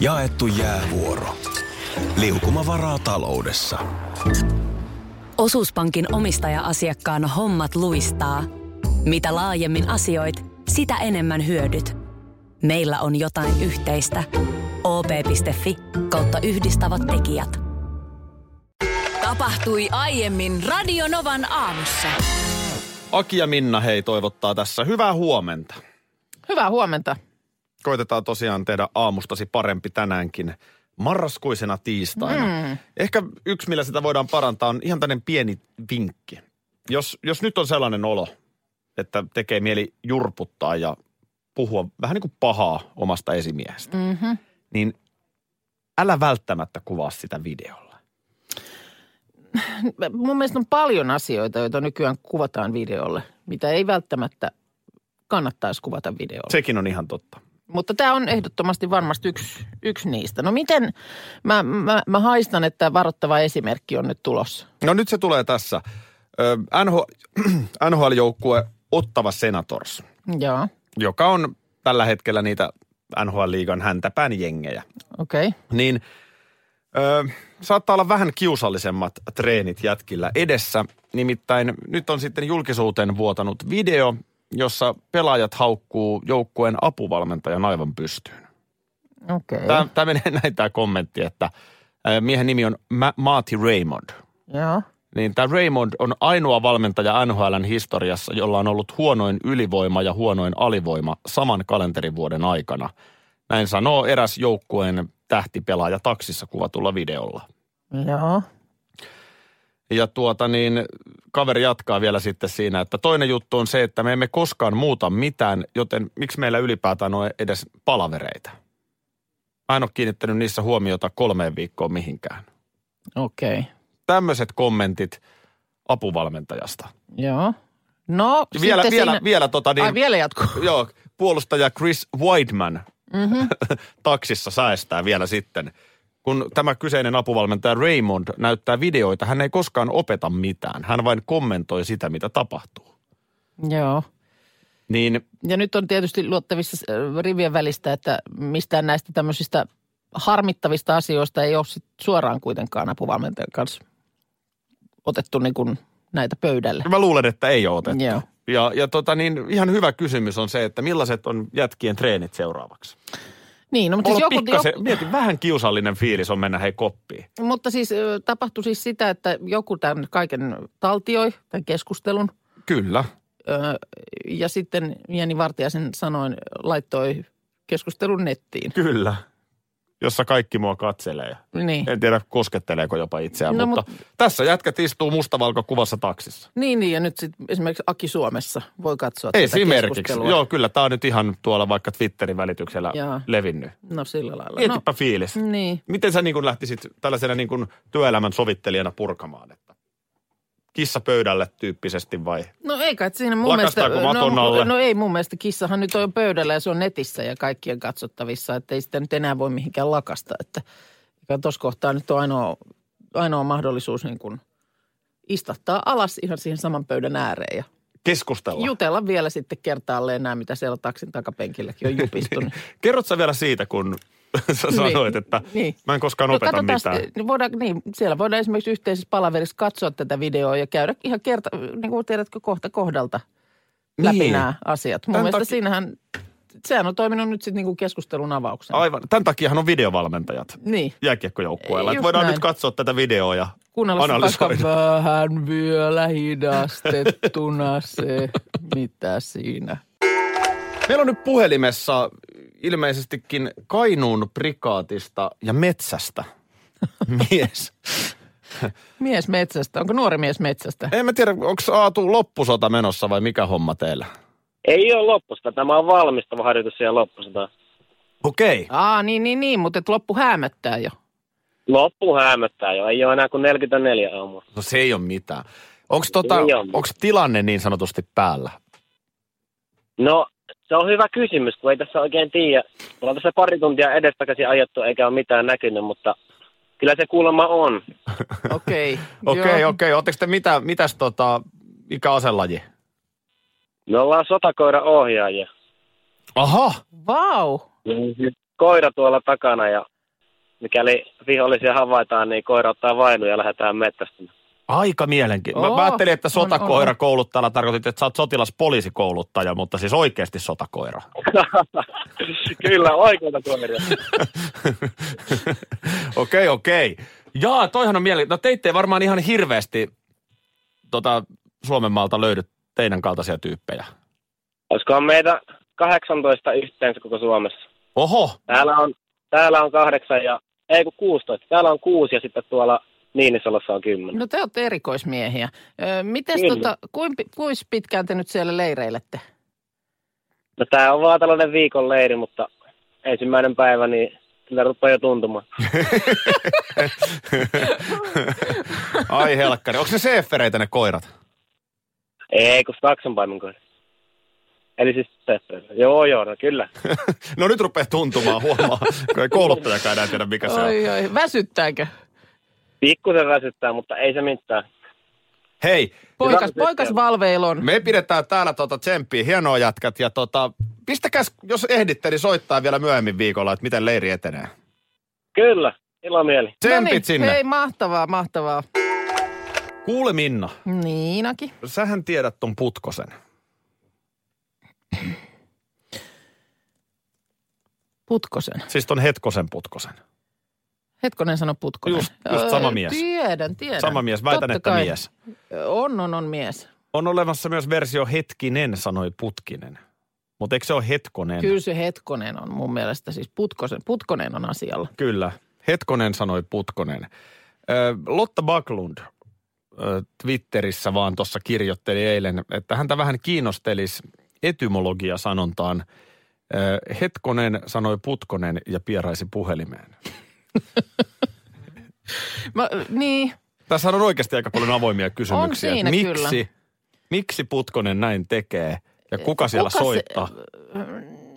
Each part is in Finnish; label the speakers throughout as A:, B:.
A: Jaettu jäävuoro. Liukuma varaa taloudessa.
B: Osuuspankin omistaja-asiakkaan hommat luistaa. Mitä laajemmin asioit, sitä enemmän hyödyt. Meillä on jotain yhteistä. op.fi kautta yhdistävät tekijät.
C: Tapahtui aiemmin Radionovan aamussa.
D: Aki ja Minna hei toivottaa tässä hyvää huomenta.
E: Hyvää huomenta.
D: Koitetaan tosiaan tehdä aamustasi parempi tänäänkin marraskuisena tiistaina. Mm. Ehkä yksi, millä sitä voidaan parantaa, on ihan tämmöinen pieni vinkki. Jos, jos nyt on sellainen olo, että tekee mieli jurputtaa ja puhua vähän niin kuin pahaa omasta esimiehestä,
E: Mm-hmm.
D: niin älä välttämättä kuvaa sitä videolla.
E: Mun mielestä on paljon asioita, joita nykyään kuvataan videolle, mitä ei välttämättä kannattaisi kuvata videolle. Se.
D: Sekin on ihan totta.
E: Mutta tämä on ehdottomasti varmasti yksi, yksi niistä. No miten, mä, mä, mä haistan, että varoittava esimerkki on nyt tulossa.
D: No nyt se tulee tässä. Ö, NH- NHL-joukkue Ottava Senators,
E: Joo,
D: joka on tällä hetkellä niitä NHL-liigan häntäpään jengejä.
E: okei. Okay.
D: niin ö, saattaa olla vähän kiusallisemmat treenit jätkillä edessä. Nimittäin nyt on sitten julkisuuteen vuotanut video, jossa pelaajat haukkuu joukkueen apuvalmentajan aivan pystyyn.
E: Okei, okay.
D: Tämä menee näin tämä kommentti, että ö, miehen nimi on Ma- Marty Raymond.
E: joo.
D: Niin tämä Raymond on ainoa valmentaja NHLn historiassa, jolla on ollut huonoin ylivoima ja huonoin alivoima saman kalenterivuoden aikana. Näin sanoo eräs joukkueen tähtipelaaja taksissa kuvatulla videolla.
E: Joo,
D: Ja tuota niin, kaveri jatkaa vielä sitten siinä, että toinen juttu on se, että me emme koskaan muuta mitään, joten miksi meillä ylipäätään on edes palavereita? Mä en ole kiinnittänyt niissä huomiota kolmeen viikkoon mihinkään.
E: okei. Okay.
D: Tämmöiset kommentit apuvalmentajasta.
E: Joo. No,
D: Ja vielä,
E: sitten
D: vielä,
E: siinä...
D: vielä tota niin,
E: Ai, vielä jatkuu.
D: joo, puolustaja Chris Weidman
E: Mhm.
D: mm-hmm. taksissa säästää vielä sitten. Kun tämä kyseinen apuvalmentaja Raymond näyttää videoita, hän ei koskaan opeta mitään. Hän vain kommentoi sitä, mitä tapahtuu.
E: Joo.
D: Niin
E: Ja nyt on tietysti luottavissa äh, rivien välistä, että mistään näistä tämmöisistä harmittavista asioista ei ole sit suoraan kuitenkaan apuvalmentajan kanssa otettu niin kuin näitä pöydälle.
D: mä luulen, että ei ole otettu.
E: Joo.
D: Ja, ja tota niin, ihan hyvä kysymys on se, että millaiset on jätkien treenit seuraavaksi.
E: Niin, no, mutta,
D: Olla
E: siis joku,
D: pikkasen,
E: joku,
D: mieti, vähän kiusallinen fiilis on mennä hei koppiin.
E: mutta siis ö, tapahtui siis sitä, että joku tämän kaiken taltioi, tämän keskustelun,
D: Kyllä.
E: ö, ja sitten Jenni Vartiaisen sanoin laittoi keskustelun nettiin.
D: Kyllä. Jossa kaikki mua katselee.
E: Niin.
D: En tiedä, kosketteleeko jopa itseään, no,
E: No,
D: mutta tässä jätkät istuu mustavalkokuvassa taksissa.
E: Niin, niin, ja nyt sit esimerkiksi Aki Suomessa voi katsoa tätä
D: Esimerkiksi.
E: keskustelua.
D: Joo, kyllä, tämä on nyt ihan tuolla vaikka Twitterin välityksellä
E: Jaa.
D: levinnyt.
E: No sillä lailla. No,
D: Mietipä fiilis.
E: Niin.
D: Miten sä niin kun lähtisit tällaisena niin kun työelämän sovittelijana purkamaan? Että kissa pöydälle tyyppisesti vai?
E: No ei kai siinä mun
D: Lakastaako
E: mielestä...
D: maton
E: no,
D: alle?
E: no ei mun mielestä. Kissahan nyt on jo pöydällä ja se on netissä ja kaikkien katsottavissa. Että ei sitä nyt enää voi mihinkään lakasta. Että tuossa kohtaa nyt on ainoa, ainoa mahdollisuus niin kuin istahtaa alas ihan siihen saman pöydän ääreen ja
D: Keskustella.
E: jutella vielä sitten kertaalleen nämä, mitä siellä taksin takapenkilläkin on jupistunut.
D: Kerrot sä vielä siitä, kun sä sanoit, että
E: niin.
D: mä en koskaan opeta
E: katsotaan
D: mitään.
E: sitten, niin voidaan, niin, siellä voidaan esimerkiksi yhteisessä palaverissa katsoa tätä videoa ja käydä ihan kerta, niin kuin tiedätkö, kohta kohdalta läpi
D: Niin.
E: nämä asiat. Mun
D: Tän
E: mielestä
D: takia-
E: siinähän, sehän on toiminut nyt sitten niin kuin keskustelun avauksena.
D: Aivan. Tämän takiahan on videovalmentajat
E: Niin,
D: jääkiekkojoukkueella. Että
E: Just
D: Voidaan
E: näin.
D: nyt katsoa tätä videoa ja
E: kuunnella vaikka
D: analysoida.
E: vähän vielä hidastettuna se, mitä siinä.
D: Meillä on nyt puhelimessa ilmeisestikin Kainuun prikaatista ja metsästä mies.
E: Mies metsästä, onko nuori mies metsästä?
D: En mä tiedä, onko Aatu loppusota menossa vai mikä homma teillä?
F: Ei ole loppusta. Tämä on valmistava harjoitus siellä loppusta.
D: Okei. Okay.
E: Aa, niin, niin, niin, mutta et loppu häämöttää jo.
F: Loppu hämöttää jo. Ei ole enää kuin 44 aamua.
D: No se ei ole mitään. Onko tota,
F: Ei oo mitään.
D: onks tilanne niin sanotusti päällä?
F: No, se on hyvä kysymys, kun ei tässä oikein tiedä. Me ollaan tässä pari tuntia edestakaisin ajettu eikä ole mitään näkynyt, mutta kyllä se kuulemma on.
E: Okei.
D: Okei, okay, okei.
E: joo.
D: Okay. Oletteko te mitä, mitäs tota, mikä aselaji?
F: Me ollaan sotakoira ohjaajia.
D: Aha,
E: Vau.
F: koira tuolla takana ja mikäli vihollisia havaitaan, niin koira ottaa vainun ja lähdetään metsästämään.
D: Aika mielenkiintoista. Mä, mä
E: Oo,
D: ajattelin, että
E: on,
D: sotakoira kouluttajalla tarkoitit, että sä oot sotilaspoliisikouluttaja, mutta siis oikeasti sotakoira.
F: Kyllä, oikeita koiria.
D: Okei, okei. Jaa, toihan on mieli. No teitte ei varmaan ihan hirveästi tota, Suomen maalta löydy teidän kaltaisia tyyppejä.
F: Olisikohan meitä 18 yhteensä koko Suomessa?
D: Oho,
F: Täällä on, täällä on kahdeksan ja, ei kun 16. Täällä on kuusi ja sitten tuolla Niinisalossa on kymmenen.
E: No te olette erikoismiehiä. Ö, Mites
F: Kyllä.
E: tota, kuin, kuinka pitkään te nyt siellä leireilette?
F: No tää on vaan tällainen viikon leiri, mutta ensimmäinen päivä, niin kyllä rupeaa jo tuntumaan.
D: ai helkkari. Onko ne seeffereitä ne koirat?
F: Ei, kun Saksan paimenkoira. Eli siis tästä. Joo, joo, no kyllä.
D: No nyt rupeaa tuntumaan, huomaa. Kun ei kouluttajakaan enää tiedä, mikä se on.
E: Oi, oi, väsyttääkö?
F: Pikkusen väsyttää, mutta ei se mitään.
D: Hei,
E: Poikas,
F: Kyllä.
E: poikas valveilon. No
D: me pidetään täällä tota tsemppiä. Hienoa jätkät. Ja tota, pistäkääs, jos ehditte, niin soittaa vielä myöhemmin viikolla, että miten leiri etenee.
F: Kyllä, ilomieli.
D: Tsempit sinne.
E: No niin, Hei, mahtavaa, mahtavaa.
D: Kuule Minna,
E: Niinakin.
D: sähän tiedät ton putkosen.
E: Putkosen.
D: Siis ton hetkosen putkosen.
E: Hetkonen sano Putkonen.
D: Just- just sama mies.
E: Tiedän, tiedän.
D: Sama mies, väitän,
E: Totta
D: että
E: kai.
D: mies.
E: On, on, on mies.
D: On olemassa myös versio hetkinen, sanoi Putkinen. Mutta eikö se ole hetkonen?
E: Kyllä se Hetkonen on mun mielestä, siis Putkosen, Putkonen on asialla.
D: Kyllä. Hetkonen sanoi Putkonen. Ö, Lotta Backlund ö, Twitterissä vaan tuossa kirjoitteli eilen, että häntä vähän kiinnostelisi etymologia sanontaan. Ö, Hetkonen sanoi Putkonen ja pieraisi puhelimeen.
E: Mä, niin,
D: Tässä on oikeasti aika paljon avoimia kysymyksiä.
E: siinä
D: että
E: kyllä.
D: miksi, miksi Putkonen näin tekee ja kuka siellä
E: Kuka se-
D: soittaa?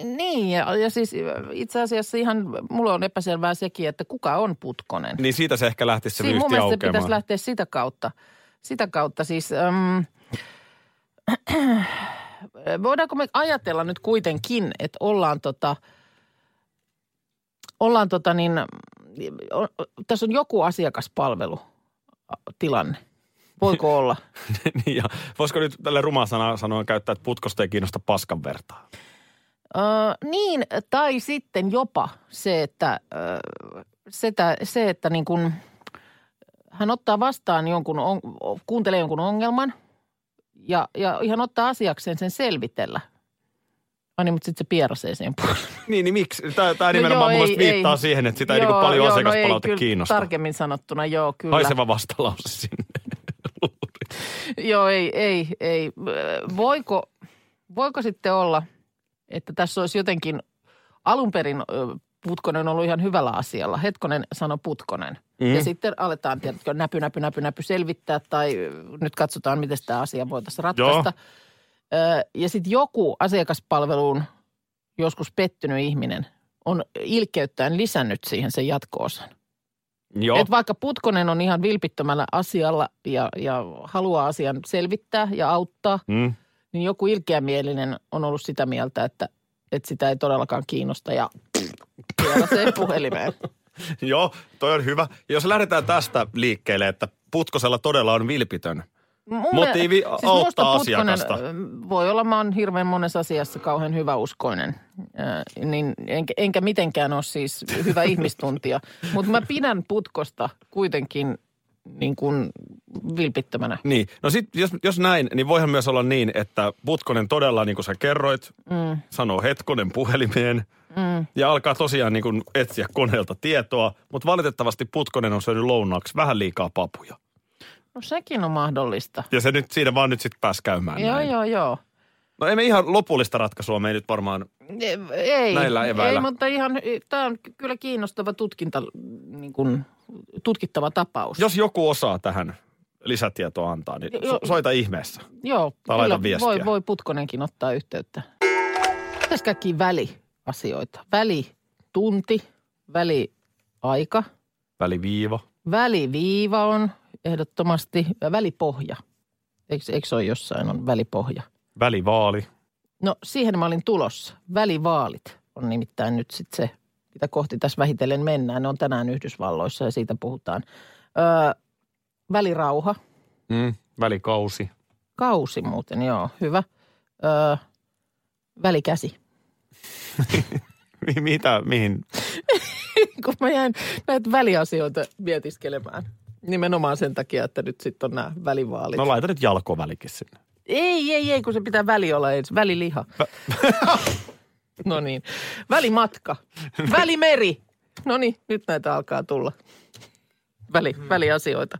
E: niin ja, ja siis itse asiassa ihan mulla on epäselvää sekin, että kuka on Putkonen.
D: Niin siitä se ehkä lähtisi se
E: Siin- mun
D: vyyhti
E: mielestä se
D: aukeamaan.
E: pitäisi lähteä sitä kautta. Sitä kautta siis, äm, voidaanko me ajatella nyt kuitenkin, että ollaan tota, ollaan tota niin, o- o- tässä on joku asiakaspalvelutilanne. Voiko olla?
D: niin ja voisiko nyt tälle rumaa sanaa sanoa käyttää, että putkosta ei kiinnosta paskan vertaa?
E: Ö, niin, tai sitten jopa se, että, ö, setä, se, että niin kun, hän ottaa vastaan jonkun, on, kuuntelee jonkun ongelman ja, ja ihan ottaa asiakseen sen selvitellä. Ai niin, mutta sitten se pierasee sen puolelle.
D: Niin, niin miksi? Tämä,
E: No
D: tämä nimenomaan mun mielestä viittaa siihen, että sitä ei niin paljon asiakaspalaute
E: kyllä,
D: kiinnosta.
E: Tarkemmin sanottuna, joo, kyllä.
D: Haiseva vastalause sinne.
E: Joo, ei, ei, ei. Öö, Voiko, voiko sitten olla, että tässä olisi jotenkin alun perin öö, Putkonen ollut ihan hyvällä asialla. Hetkonen sanoi Putkonen. Mm. Ja sitten aletaan, tiedätkö, näpy, näpy, näpy, näpy selvittää tai öö, nyt katsotaan, miten tämä asia voitaisiin ratkaista. Öö, Ja sitten joku asiakaspalveluun joskus pettynyt ihminen on ilkeyttään lisännyt siihen sen jatko-osan.
D: Joo.
E: Et vaikka Putkonen on ihan vilpittömällä asialla ja, ja haluaa asian selvittää ja auttaa,
D: Mm.
E: niin joku ilkeämielinen on ollut sitä mieltä, että, että sitä ei todellakaan kiinnosta ja vielä se puhelimeen.
D: Joo, toi on hyvä. Ja Jos lähdetään tästä liikkeelle, että putkosella todella on vilpitön.
E: Mun
D: Motiivi
E: miel-
D: auttaa
E: musta
D: asiakasta.
E: ö, Voi olla, mä oon hirveän monessa asiassa kauhean hyväuskoinen, Ö, niin enkä, enkä mitenkään ole siis hyvä ihmistuntija. Mutta mä pidän putkosta kuitenkin niin kuin vilpittömänä.
D: Niin, no sit jos, jos näin, niin voihan myös olla niin, että Putkonen todella, niin kuin sä kerroit, mm. sanoo hetkonen puhelimeen mm. ja alkaa tosiaan niin kuin etsiä koneelta tietoa, mutta valitettavasti Putkonen on syönyt lounaaksi vähän liikaa papuja.
E: No sekin on mahdollista.
D: Ja se nyt siinä vaan nyt sitten pääsi käymään
E: Joo,
D: näin.
E: joo, joo.
D: No ei me ihan lopullista ratkaisua, me ei nyt varmaan,
E: Ei,
D: Näillä eväillä.
E: ei mutta ihan, tämä on ky- kyllä kiinnostava tutkinta, niin kuin, tutkittava tapaus.
D: jos joku osaa tähän lisätietoa antaa, niin
E: Joo.
D: so- soita ihmeessä.
E: Joo,
D: tai laita viestiä.
E: voi, voi Putkonenkin ottaa yhteyttä. Tässä kaikki väliasioita. Välitunti, väliaika,
D: Väliviiva.
E: väliviiva on ehdottomasti, ja välipohja. Eikö, eikö se ole jossain on välipohja?
D: Välivaali.
E: No siihen mä olin tulossa. Välivaalit on nimittäin nyt sitten se mitä kohti tässä vähitellen mennään. Ne on tänään Yhdysvalloissa ja siitä puhutaan. Öö, välirauha,
D: Mm, välikausi.
E: kausi muuten, joo, hyvä. Öö, välikäsi.
D: Mi- Mitä, mihin?
E: kun mä jäin näitä väliasioita mietiskelemään. Nimenomaan sen takia, että nyt sitten on nämä välivaalit.
D: No laita nyt jalkovälikin sinne.
E: Ei, ei, ei, kun se pitää väli olla ensin. Väliliha. no niin. Välimatka. Välimeri. No niin, nyt näitä alkaa tulla. Väli, väliasioita.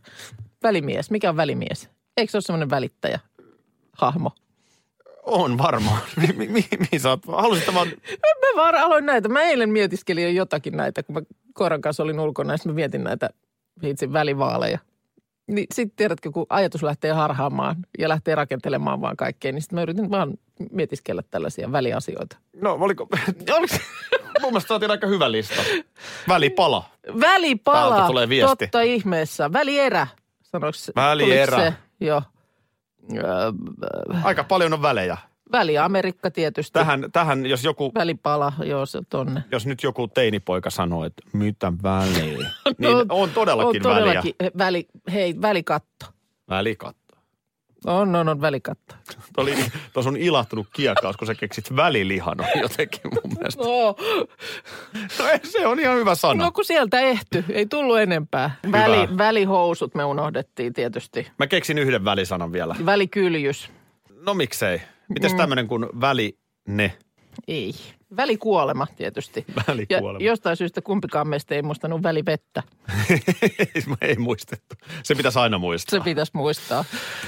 E: Välimies. Mikä on välimies? Eikö se ole semmoinen välittäjä? Hahmo.
D: On varmaan. Mi- mi- mi- mihin sä oot? Halusit vaan...
E: Mä vaan aloin näitä. Mä eilen mietiskelin jo jotakin näitä, kun mä koiran kanssa olin ulkona ja sit mä mietin näitä itse välivaaleja. Niin sitten tiedätkö, kun ajatus lähtee harhaamaan ja lähtee rakentelemaan vaan kaikkea, niin sitten mä yritin vaan mietiskellä tällaisia väliasioita.
D: No, oliko...
E: Oliko se-
D: Mun mielestä saatiin aika hyvä lista. Välipala.
E: Välipala.
D: Täältä tulee viesti.
E: Totta ihmeessä. Välierä. Sanoiko se?
D: Välierä.
E: tuliko Se? Joo. Öö,
D: Aika paljon on välejä.
E: Väli-Amerikka tietysti.
D: Tähän, tähän jos joku...
E: Välipala, joo se tonne.
D: Jos nyt joku teinipoika sanoo, että mitä väliä, niin on todellakin,
E: on
D: väliä.
E: todellakin väliä. Väli, hei, välikatto.
D: Välikatto.
E: On, on, on välikatto.
D: Tuo oli, tuossa on ilahtunut kiekaus, kun sä keksit välilihan on jotenkin mun mielestä.
E: No,
D: No ei, se on ihan hyvä sana.
E: no kun sieltä ehty, ei tullut enempää. Väli, välihousut me unohdettiin tietysti.
D: Mä keksin yhden välisanan vielä.
E: Välikyljys,
D: No miksei? Mites tämmönen kuin väline?
E: ei. Välikuolema tietysti.
D: Välikuolema.
E: Ja jostain syystä kumpikaan meistä ei muistanut välivettä.
D: Ei, mä ei muistettu. Se pitäisi aina muistaa.
E: Se pitäisi muistaa.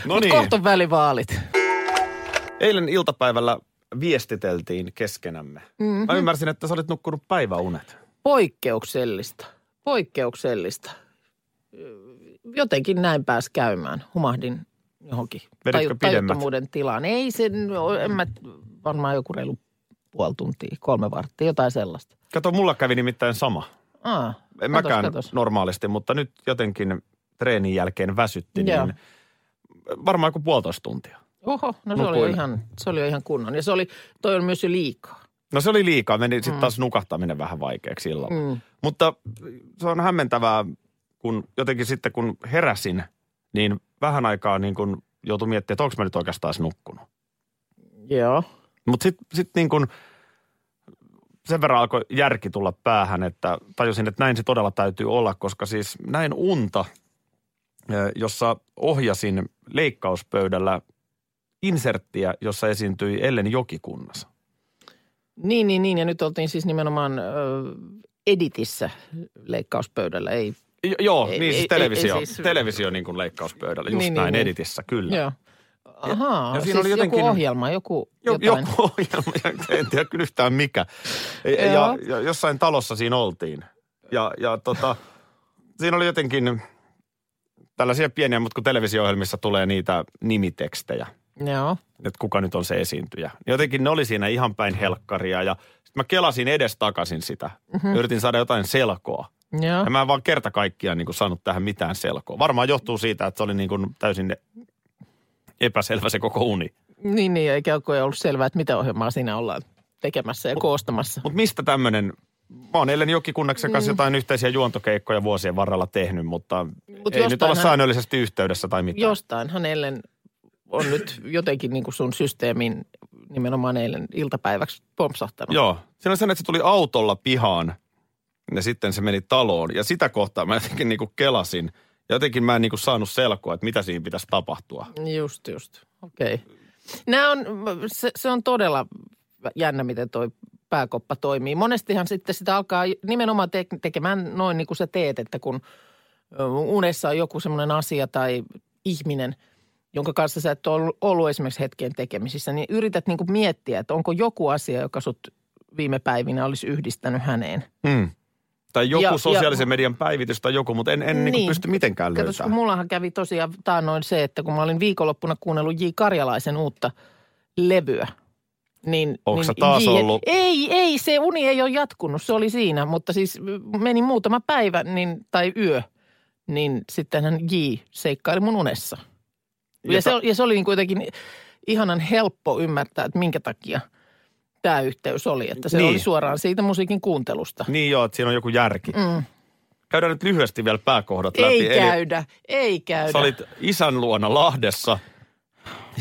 D: No
E: Mut
D: niin.
E: kohta on välivaalit.
D: Eilen iltapäivällä viestiteltiin keskenämme. Mm-hmm.
E: Mhm.
D: Mä ymmärsin, että sä olit nukkunut päiväunet.
E: Poikkeuksellista, poikkeuksellista. Jotenkin näin pääsi käymään. Humahdin johonkin
D: Veditkö pidemmät?
E: tajuttomuuden tilaan. Ei sen, en mä, varmaan joku reilu puoli tuntia, kolme varttia, jotain sellaista.
D: Kato, mulla kävi nimittäin sama.
E: Aa,
D: En mäkään normaalisti, mutta nyt jotenkin treenin jälkeen väsytti,
E: Joo.
D: niin varmaan joku puolitoista tuntia.
E: Oho, no se oli, jo
D: Nukuin.
E: ihan, se oli jo ihan kunnon. Ja se oli, toi on myös jo liikaa.
D: No se oli liikaa, meni sitten taas nukahtaminen vähän vaikeaksi illalla.
E: Mm.
D: Mutta se on hämmentävää, kun jotenkin sitten kun heräsin, niin vähän aikaa niin kun joutui miettimään, että onko mä nyt oikeastaan edes nukkunut.
E: Joo.
D: Mutta sitten sit niin kun sen verran alkoi järki tulla päähän, että tajusin, että näin se todella täytyy olla, koska siis näin unta, ö, jossa ohjasin leikkauspöydällä inserttiä, jossa esiintyi Ellen Jokikunnas.
E: Niin, niin, niin. Ja nyt oltiin siis nimenomaan ö, editissä leikkauspöydällä, ei
D: Jo, joo,
E: Ei-
D: ei, niin
E: ei-
D: siis
E: ei-
D: televisio,
E: ei
D: ei,
E: siis-
D: televisio niin kuin leikkauspöydällä, just niin,
E: Niin, niin,
D: näin
E: niin.
D: niin, editissä, kyllä.
E: Joo.
D: Ja
E: Ahaa, ja
D: siinä
E: siis
D: oli
E: joku
D: jotenkin-
E: ohjelma, joku
D: Jo,
E: jotain.
D: joku ohjelma, ja en tiedä kyllä yhtään mikä. E, Ja,
E: Joo.
D: ja, ja jossain talossa siinä oltiin. Ja, ja tota, siinä oli jotenkin tällaisia pieniä, mutta kun televisio-ohjelmissa tulee niitä nimitekstejä,
E: Joo.
D: että kuka nyt on se esiintyjä. Niin Jotenkin ne oli siinä ihan päin helkkaria ja sitten mä kelasin edes takaisin sitä.
E: Mhm.
D: Mm-hmm. Yritin saada jotain selkoa.
E: Joo.
D: Ja mä en vaan kerta kaikkiaan niin kuin saanut tähän mitään selkoa. Varmaan johtuu siitä, että se oli niin kuin täysin epäselvä se koko uni.
E: Niin, niin, eikä ole ollut selvää, että mitä ohjelmaa siinä ollaan tekemässä ja koostamassa.
D: Mutta mistä tämmöinen, mä oon Ellen Jokikunnaksen kanssa jotain yhteisiä juontokeikkoja vuosien varrella tehnyt, mutta
E: Niin. Mut
D: ei nyt olla
E: jostainhan-
D: säännöllisesti yhteydessä tai mitään.
E: Jostain hän eilen on nyt jotenkin niin kuin sun systeemin nimenomaan eilen iltapäiväksi pompsahtanut.
D: Joo. Siinä on sen, että se tuli autolla pihaan ja sitten se meni taloon. Ja sitä kohtaa mä jotenkin niinku kelasin. Ja jotenkin mä en niinku saanut selkoa, että mitä siinä pitäisi tapahtua.
E: Just, just. Okei. Nää On, se, se on todella jännä, miten toi pääkoppa toimii. Monestihan sitten sitä alkaa nimenomaan te- tekemään noin niin kuin sä teet, että kun ö, unessa on joku semmoinen asia tai ihminen, jonka kanssa sä et ole ollut esimerkiksi hetkeen tekemisissä, niin yrität niin kuin miettiä, että onko joku asia, joka sut viime päivinä olisi yhdistänyt häneen.
D: Mm. Tai joku
E: Ja- ja-
D: sosiaalisen median päivitys tai joku, mutta en, en niinku
E: Niin.
D: pysty mitenkään
E: Katos,
D: löytämään.
E: kun mullahan kävi tosiaan taannoin se, että kun mä olin viikonloppuna kuunnellut J. Karjalaisen uutta levyä, niin...
D: Onko
E: niin
D: sä taas
E: J-
D: ollut-
E: Ei, ei, se uni ei ole jatkunut, se oli siinä, mutta siis meni muutama päivä niin, tai yö, niin sittenhän J. seikkaili mun unessa. Ja,
D: Ja
E: se,
D: ta-
E: ja se oli niin kuitenkin ihanan helppo ymmärtää, että minkä takia tämä yhteys oli, että se
D: Niin.
E: niin. oli suoraan siitä musiikin kuuntelusta.
D: Niin joo, että siinä on joku järki.
E: Mm.
D: Käydään nyt lyhyesti vielä pääkohdat Niin. läpi. Eli
E: Ei käydä, ei käydä.
D: Sä olit isän luona Lahdessa.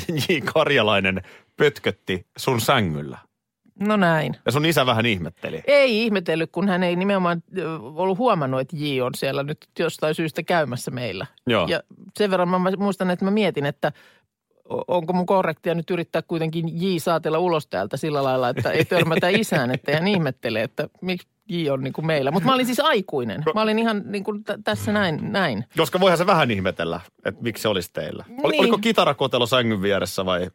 D: J. Karjalainen pötkötti sun sängyllä.
E: No näin.
D: Ja sun isä vähän ihmetteli.
E: Ei ihmetellyt, kun hän ei nimenomaan ö, ollut huomannut, että J on siellä nyt jostain syystä käymässä meillä.
D: Joo.
E: Ja sen verran mä muistan, että mä mietin, että o- onko mun korrektia nyt yrittää kuitenkin J saatella ulos täältä sillä lailla, että ei törmätä isään, että hän ihmettelee, että miksi J on niin kuin meillä. Mutta mä olin siis aikuinen. Mä olin ihan niin kuin t- tässä näin, näin.
D: Koska voihan se vähän ihmetellä, että miksi se olisi teillä. Oli,
E: Niin.
D: Oliko kitarakotelo sängyn vieressä vai?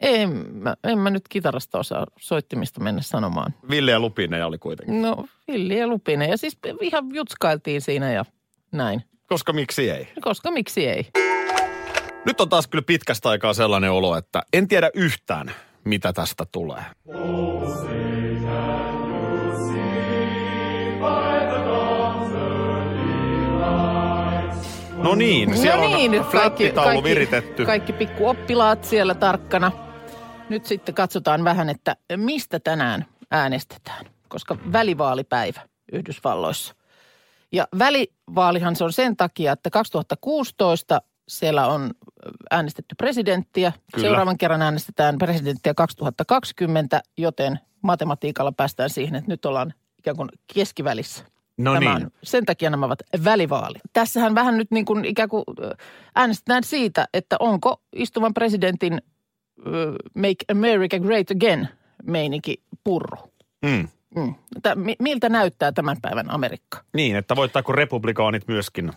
E: En mä, en mä nyt kitarasta osaa soittimista mennä sanomaan.
D: Ville ja Lupinen oli kuitenkin.
E: No Villi ja Lupinen ja siis ihan jutskailtiin siinä ja näin.
D: Koska miksi ei?
E: Koska miksi ei?
D: Nyt on taas kyllä pitkästä aikaa sellainen olo, että en tiedä yhtään, mitä tästä tulee. No niin, siellä
E: no niin,
D: on flättitaulu viritetty.
E: Kaikki pikkuoppilaat siellä tarkkana. Nyt sitten katsotaan vähän, että mistä tänään äänestetään, koska välivaalipäivä Yhdysvalloissa. Ja välivaalihan se on sen takia, että 2016 siellä on äänestetty presidenttiä.
D: Kyllä.
E: Seuraavan kerran äänestetään presidenttiä 2020, joten matematiikalla päästään siihen, että nyt ollaan ikään kuin keskivälissä.
D: No
E: Nämä
D: niin.
E: on, sen takia nämä ovat välivaalit. Tässähän vähän nyt niin kuin ikään kuin ö, äänestetään siitä, että onko istuvan presidentin ö, Make America Great Again meininki purru.
D: Mm.
E: Mm. Tä, mi- miltä näyttää tämän päivän Amerikka?
D: Niin, että voittaako republikaanit myöskin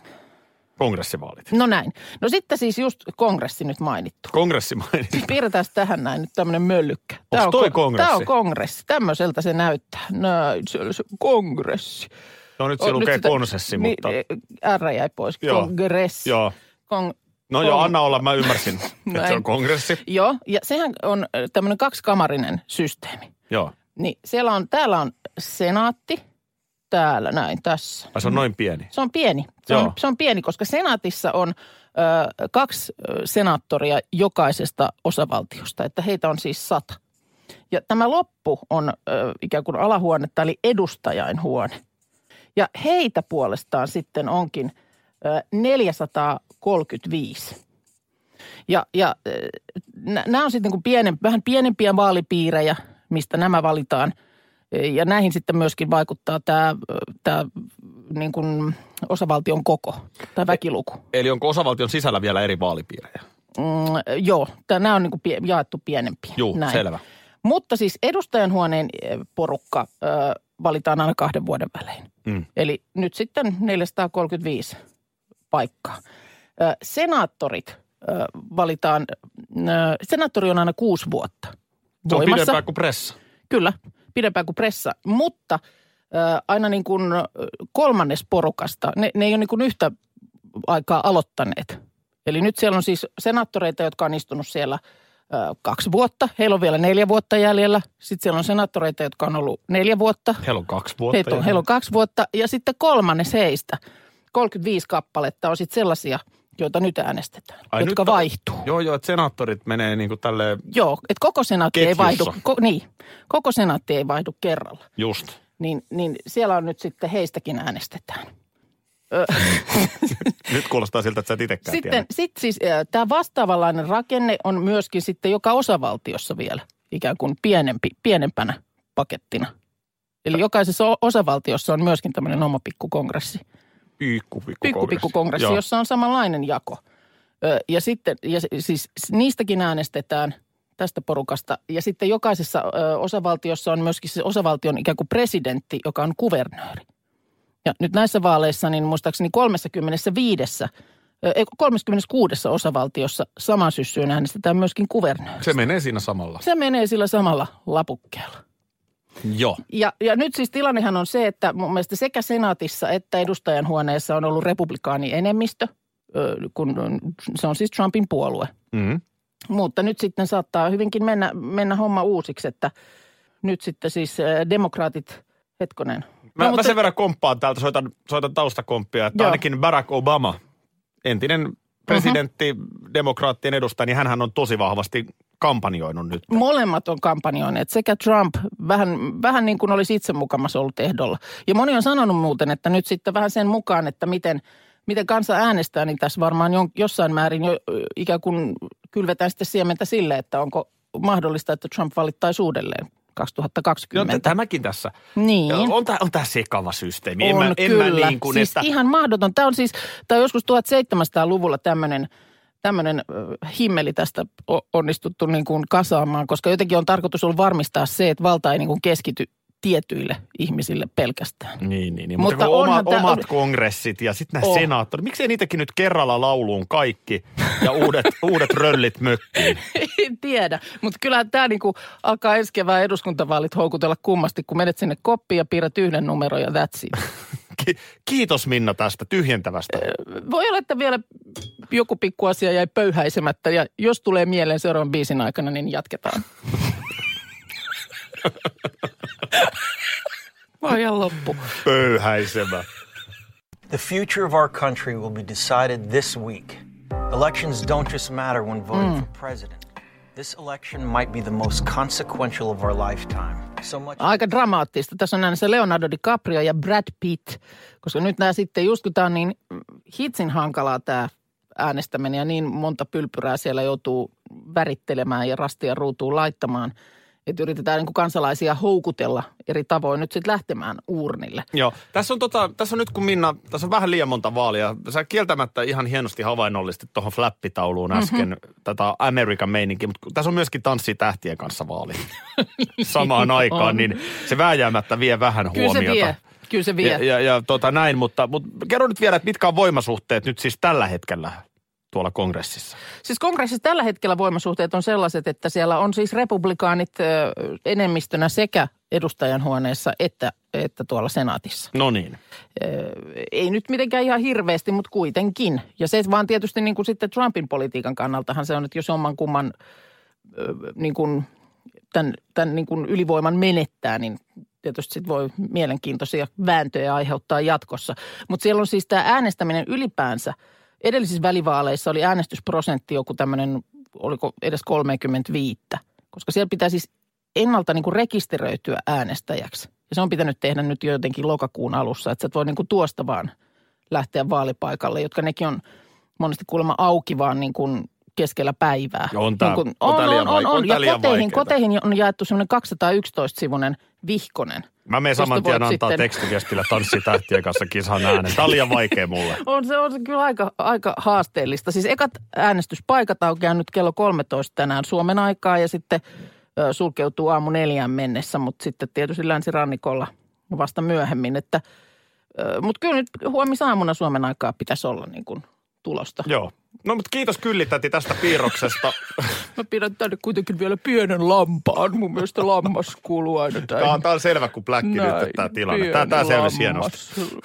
D: kongressivaalit?
E: No näin. No sitten siis just kongressi nyt mainittu.
D: Kongressi mainitsi.
E: Piirretään tähän näin nyt tämmöinen möllykkä.
D: Onks toi
E: Tämä
D: kongressi?
E: on kongressi. Tämmöiseltä se näyttää. Näin, se oli se kongressi.
D: No nyt
E: On
D: se
E: Oh, nyt
D: lukee
E: sitä-
D: konsessi, mutta...
E: Niin, R jäi pois.
D: Joo.
E: Kongressi.
D: Joo.
E: Kong,
D: No joo,
E: kong-
D: anna olla, mä ymmärsin, että se on
E: Näin.
D: kongressi.
E: Joo, ja sehän on ö, tämmöinen kaksikamarinen systeemi.
D: Joo.
E: Niin siellä on, täällä on senaatti, täällä näin tässä.
D: Ai se on noin pieni.
E: Se on pieni. Se,
D: Joo.
E: on, se on pieni, koska senaatissa on ö, kaksi ö, senaattoria jokaisesta osavaltiosta, että heitä on siis sata. Ja tämä loppu on ö, ikään kuin alahuonetta, eli edustajainhuone. Ja heitä puolestaan sitten onkin äh, ö, 435. Ja, ja nämä on sitten niin pienen, vähän pienempiä vaalipiirejä, mistä nämä valitaan. Ö, Ja näihin sitten myöskin vaikuttaa eh, tämä, tämä niin kuin osavaltion koko
D: Eh,
E: tai väkiluku.
D: Eli onko osavaltion sisällä vielä eri vaalipiirejä?
E: Mm, joo, nämä on niin kuin pie- jaettu pienempiin.
D: Juu,
E: näin.
D: selvä.
E: Mutta siis edustajanhuoneen eh, porukka ö, valitaan aina kahden vuoden välein.
D: Mm.
E: Eli nyt sitten 435 paikkaa. Ö, senaattorit ö, valitaan, ö, senaattori on aina kuusi vuotta
D: Se on
E: voimassa.
D: pidempää kuin pressa.
E: Kyllä, pidempään kuin pressa, mutta ö, aina niin kuin ö, kolmannes porukasta, ne, ne ei ole niin kuin yhtä aikaa aloittaneet. Eli nyt siellä on siis senaattoreita, jotka on istunut siellä ö, kaksi vuotta, heillä on vielä neljä vuotta jäljellä. Sitten siellä on senaattoreita, jotka on ollut neljä vuotta,
D: Heillä on kaksi vuotta.
E: heitä on, heillä on kaksi vuotta. Ja sitten kolmannes heistä, 35 kappaletta on sitten sellaisia, joita nyt äänestetään,
D: Ai
E: jotka
D: nyt on-
E: vaihtuu.
D: Joo, joo, että senaattorit menee niin kuin tälleen
E: Joo, että koko senaatti
D: Ketjussa.
E: ei vaihdu, ko, niin, koko senaatti ei vaihdu kerralla.
D: just.
E: niin, niin siellä on nyt sitten heistäkin äänestetään.
D: Nyt kuulostaa siltä, että sä et itekään
E: Sitten
D: tiedä.
E: sit siis tämä vastaavanlainen rakenne on myöskin sitten joka osavaltiossa vielä ikään kuin pienempi, pienempänä pakettina. Eli jokaisessa o- osavaltiossa on myöskin tämmöinen oma pikkukongressi.
D: Piikku, pikku,
E: Pikku, pikkukongressi, jossa on samanlainen jako. Ö, Ja sitten, ja s- siis niistäkin äänestetään tästä porukasta. Ja sitten jokaisessa ö, osavaltiossa on myöskin se osavaltion ikään kuin presidentti, joka on kuvernööri. Ja nyt näissä vaaleissa, niin muistaakseni 35, ö, ei, 36 osavaltiossa saman syssyyn äänestetään myöskin kuvernööri.
D: Se menee siinä samalla.
E: Se menee sillä samalla lapukkeella.
D: Joo.
E: Ja, ja nyt siis tilannehan on se, että mun mielestä sekä senaatissa että edustajanhuoneessa on ollut republikaani enemmistö, kun se on siis Trumpin puolue.
D: Mm.
E: Mutta nyt sitten saattaa hyvinkin mennä, mennä homma uusiksi, että nyt sitten siis ö, demokraatit, hetkonen.
D: Mä, no, mä
E: mutta-
D: sen verran komppaan täältä, soitan, soitan taustakomppia, että
E: Joo. Mhm.
D: ainakin Barack Obama, entinen presidentti, demokraattien edustaja, niin hänhän on tosi vahvasti kampanjoinut nyt?
E: Molemmat on kampanjoineet, sekä Trump, vähän, vähän niin kuin olisi itse mukamassa ollut ehdolla. Ja moni on sanonut muuten, että nyt sitten vähän sen mukaan, että miten, miten kansa äänestää, niin tässä varmaan jon, jossain määrin jo, ö, ikään kuin kylvetään sitten siementä sille, että onko mahdollista, että Trump valittaisi uudelleen
D: No,
E: 2020.
D: t- tämäkin tässä.
E: Niin.
D: On, tää, on tää sekava systeemi.
E: On,
D: en mä,
E: kyllä.
D: En mä niin kuin,
E: siis
D: että,
E: ihan mahdoton. Tämä on siis, tämä on joskus 1700-luvulla tämmöinen tämmöinen himmeli tästä o- onnistuttu niin kuin kasaamaan, koska jotenkin on tarkoitus ollut varmistaa se, että valta ei niin kuin keskity tietyille ihmisille pelkästään.
D: Niin, niin, niin.
E: Mutta
D: Mutta, kun oma,
E: onhan tää-
D: omat
E: on-
D: kongressit ja sitten nämä
E: On.
D: senaattorit, miksei niitäkin nyt kerralla lauluun kaikki ja uudet, uudet röllit mökkiin?
E: en tiedä, mutta kyllä tämä niinku alkaa ensi kevään eduskuntavaalit houkutella kummasti, kun menet sinne koppiin ja piirrät yhden numeron ja that's it.
D: Ki- kiitos Minna tästä tyhjentävästä.
E: Voi olla, että vielä joku pikku asia jäi pöyhäisemättä ja jos tulee mieleen seuraavan biisin aikana, niin jatketaan. Mä oon ihan loppu.
D: Pöyhäisemä.
G: The future of our country will be decided this week. Elections don't just matter when voting for president. This election might be the most consequential of our lifetime. So much.
E: Aika dramaattista. Tässä on aina se Leonardo DiCaprio ja Brad Pitt, koska nyt nämä sitten, just kun tämä on niin hitsin hankalaa tämä äänestäminen ja niin monta pylpyrää siellä joutuu värittelemään ja rastia ruutuun laittamaan, että yritetään niin kuin kansalaisia houkutella eri tavoin nyt sitten lähtemään uurnille.
D: Joo. Tässä on, tota, tässä on nyt kun Minna, tässä on vähän liian monta vaalia. Sä kieltämättä ihan hienosti havainnollisti tuohon
E: Mhm.
D: flappitauluun äsken mm-hmm. tätä Amerikan meininkiä, mutta kun tässä on myöskin tanssi tähtien kanssa vaali samaan aikaan, niin se vääjäämättä vie vähän
E: Kyllä
D: huomiota.
E: se vie. Kyllä se vie.
D: Ja, ja, ja tota näin, mutta, mutta kerro nyt vielä, että mitkä on voimasuhteet nyt siis tällä hetkellä tuolla kongressissa?
E: Siis kongressissa tällä hetkellä voimasuhteet on sellaiset, että siellä on siis republikaanit ö, enemmistönä sekä edustajanhuoneessa että, että tuolla senaatissa.
D: No niin.
E: Ö, Ei nyt mitenkään ihan hirveästi, mutta kuitenkin. Ja se vaan tietysti niin kuin sitten Trumpin politiikan kannaltahan se on, että jos oman kumman ö, niin kuin tämän, tämän niin kuin ylivoiman menettää, niin tietysti sit voi mielenkiintoisia vääntöjä aiheuttaa jatkossa. Mutta siellä on siis tämä äänestäminen ylipäänsä. Edellisissä välivaaleissa oli äänestysprosentti joku tämmöinen, oliko edes 35, koska siellä pitää siis ennalta niin kuin rekisteröityä äänestäjäksi. Ja se on pitänyt tehdä nyt jo jotenkin lokakuun alussa, että sä et voi niin kuin tuosta vaan lähteä vaalipaikalle, jotka nekin on monesti kuulemma auki vaan niin kuin keskellä päivää.
D: On tää-
E: niin kuin,
D: on tää
E: on,
D: liian
E: on, on,
D: vaik- on
E: on,
D: tää
E: ja
D: liian
E: koteihin,
D: vaikeeta.
E: koteihin on jaettu semmoinen 211-sivunen vihkonen.
D: Mä menen
E: Tosta
D: saman tien
E: voit
D: antaa
E: sitten-
D: tekstiviestillä tanssitähtien kanssa kisan äänen. Tämä on liian vaikea mulle.
E: On se, on se kyllä aika, aika haasteellista. Siis ekat äänestyspaikat aukeaa nyt kello 13 tänään Suomen aikaa ja sitten ö, sulkeutuu aamu neljään mennessä, mutta sitten tietysti länsirannikolla vasta myöhemmin. Että, mutta kyllä nyt huomisaamuna Suomen aikaa pitäisi olla niin kuin tulosta.
D: Joo. No mutta kiitos kyllitäti tästä piirroksesta.
E: Mä pidän tänne kuitenkin vielä pienen lampaan. Mun mielestä lammas kuuluu aina
D: Tämä on, tää on selvä kuin pläkki nyt
E: Näin,
D: tämä tilanne.
E: pieni
D: Tämä, tämä selvisi
E: lammas.
D: hienosti.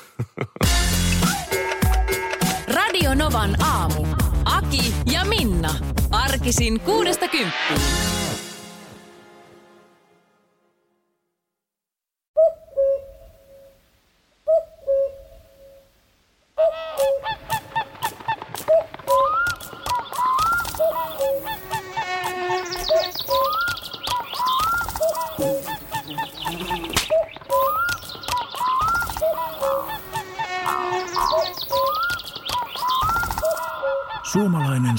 C: Radio Novan aamu. Aki ja Minna. Arkisin kuudesta kymppiin.
A: Suomalainen